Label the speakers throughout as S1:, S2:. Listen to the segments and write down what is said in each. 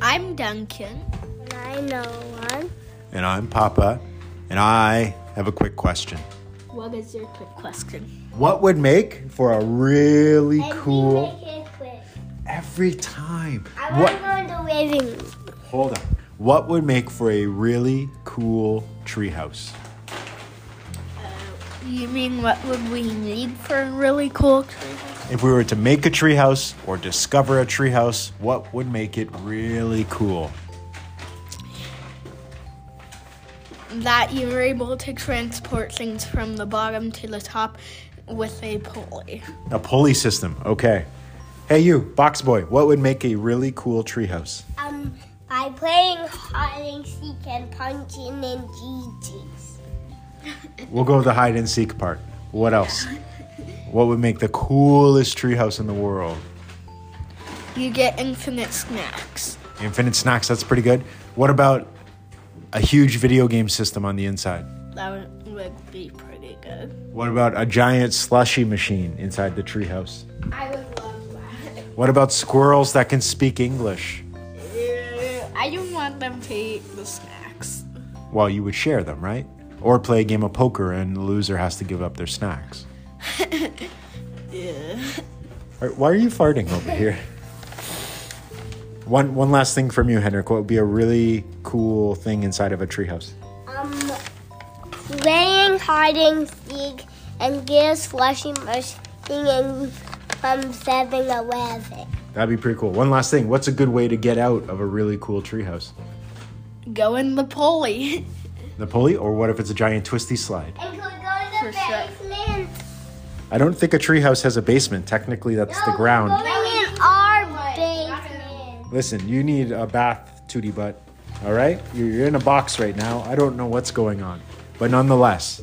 S1: I'm Duncan.
S2: And I know oh one.
S3: And I'm Papa. And I have a quick question.
S1: What is your quick question?
S3: What would make for a really
S2: And we
S3: cool
S2: make it quick.
S3: every time?
S2: I
S3: What?
S2: want to go in the living room.
S3: Hold on. What would make for a really cool treehouse?
S1: You mean what would we need for a really cool treehouse?
S3: If we were to make a treehouse or discover a treehouse, what would make it really cool?
S1: That you were able to transport things from the bottom to the top with a pulley.
S3: A pulley system. Okay. Hey, you, box boy. What would make a really cool treehouse?
S2: Um, by playing hide and seek and punching and GG's.
S3: We'll go with the hide and seek part. What else? What would make the coolest treehouse in the world?
S1: You get infinite snacks.
S3: Infinite snacks. That's pretty good. What about a huge video game system on the inside?
S1: That would- would be pretty good.
S3: What about a giant slushy machine inside the treehouse?
S1: I would love that.
S3: What about squirrels that can speak English?
S1: I don't want them to eat the snacks.
S3: Well, you would share them, right? Or play a game of poker and the loser has to give up their snacks.
S1: Yeah.
S3: All right, Why are you farting over here? One, one last thing from you, Henrik. What would be a really cool thing inside of a treehouse?
S2: Um, playing hide and seek and get a slushy machine and from 7 Eleven.
S3: That'd be pretty cool. One last thing. What's a good way to get out of a really cool treehouse?
S1: Go in the pulley.
S3: The pulley, or what if it's a giant twisty slide?
S2: And could go to the
S1: For sure.
S2: basement.
S3: I don't think a treehouse has a basement. Technically, that's the ground.
S2: Oh, Going in our basement.
S3: Listen, you need a bath, tootie butt. All right? You're you're in a box right now. I don't know what's going on, but nonetheless.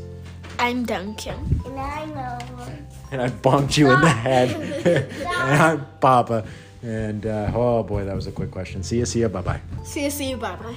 S1: I'm Duncan.
S2: And I know oh one.
S3: And I bonked you in the head. and I'm Papa. And uh, oh boy, that was a quick question. See ya, see ya, bye bye.
S1: See you, see you, bye bye.